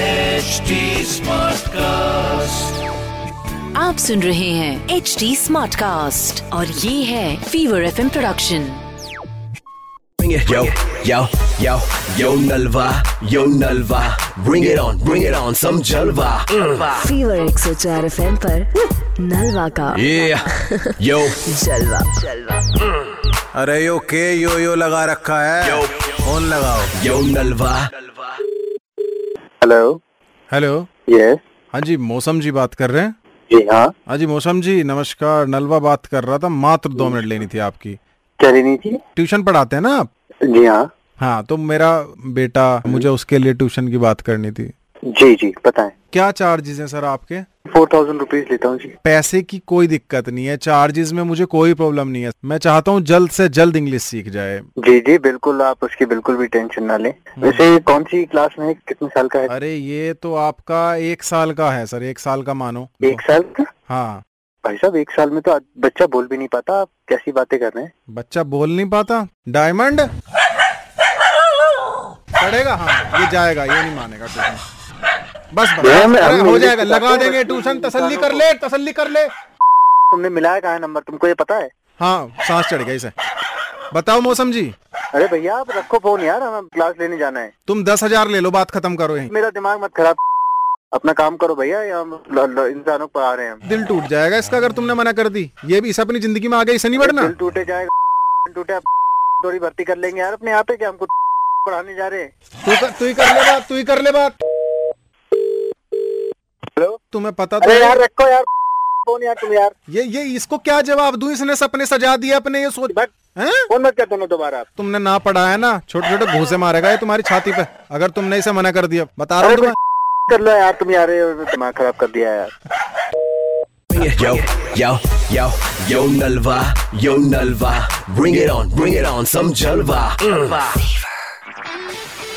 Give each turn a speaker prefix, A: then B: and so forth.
A: HD Smartcast.
B: आप सुन रहे हैं एच डी स्मार्ट कास्ट और ये है Fever F production
C: Bring it. Yo, yo, yo, yo Nalva, yo Nalva. Bring it on, bring it on, some Jalva. Mm.
B: Fever एक सौ चार एफ एम नलवा का
C: Yeah, yo,
B: जलवा
D: अरे यो के यो यो लगा रखा है
C: Yo.
D: फोन लगाओ
C: yo Nalva.
E: Hello
D: hello
E: yes
D: हाँ जी मौसम जी बात कर रहे हैं
E: जी हाँ
D: हाँ जी मौसम जी नमस्कार नलवा बात कर रहा था मात्र दो मिनट लेनी थी आपकी
E: क्या लेनी थी
D: ट्यूशन पढ़ाते हैं ना आप
E: जी हाँ
D: हाँ तो मेरा बेटा मुझे उसके लिए ट्यूशन की बात करनी थी
E: जी जी पता है
D: क्या चार्जेस हैं सर आपके
E: फोर थाउजेंड रुपीज लेता हूँ जी
D: पैसे की कोई दिक्कत नहीं है चार्जेस में मुझे कोई प्रॉब्लम नहीं है मैं चाहता हूँ जल्द से जल्द इंग्लिश सीख जाए
E: जी जी बिल्कुल आप उसकी बिल्कुल भी टेंशन ना लें वैसे कौन सी क्लास में है कितने साल का है
D: अरे ये तो आपका एक साल का है सर एक साल का मानो
E: एक साल का
D: हाँ
E: भाई साहब एक साल में तो आज बच्चा बोल भी नहीं पाता आप कैसी बातें कर रहे हैं
D: बच्चा बोल नहीं पाता डायमंड पड़ेगा हाँ ये जाएगा ये नहीं मानेगा ट्यूशन बस बस
E: मैम,
D: अरे,
E: हम
D: हो
E: इंग्लिश
D: जाएगा लगा
E: सिखाते हैं
D: देंगे
E: बच्चों को,
D: ट्यूशन तसल्ली
E: इंसानों
D: कर ले तसल्ली कर ले
E: तुमने मिलाया कहा नंबर तुमको ये पता है
D: हाँ सांस चढ़ गई इसे बताओ मौसम जी
E: अरे भैया आप रखो फोन यार हमें क्लास लेने जाना है
D: तुम दस हजार ले लो बात खत्म करो यहीं
E: मेरा दिमाग मत खराब अपना काम करो भैया या हम ल- ल- इंसानों को पढ़ा रहे हैं हम
D: दिल टूट जाएगा इसका अगर तुमने मना कर दी ये भी इसे अपनी जिंदगी में आगे इसे नहीं बढ़ना
E: दिल टूटे जाएगा टूटे आप थोड़ी भर्ती कर लेंगे यार अपने यहाँ पे कि हमको पढ़ाने जा रहे हैं
D: तू कर तू ही कर ले बात तू ही कर ले बात
E: हेलो
D: तुम्हें पता तो
E: अरे
D: है-
E: यार रखो यार फोन यार तुम यार
D: ये ये इसको क्या जवाब दूं इसने सपने सजा दिए अपने ये सोच
E: बट
D: हैं
E: फोन मत कर दोनों दोबारा आप
D: तुमने ना पढ़ाया ना छोटे छोटे घूसे मारेगा ये तुम्हारी छाती पे अगर तुमने इसे मना कर दिया बता रहा हूँ तुम्हें
E: कर लो यार तुम यार ये दिमाग खराब कर दिया यार
C: Bring it. Yo, yo, yo, yo Nalva, yo Nalva. Bring it on, bring it on, some Jalva. Mm.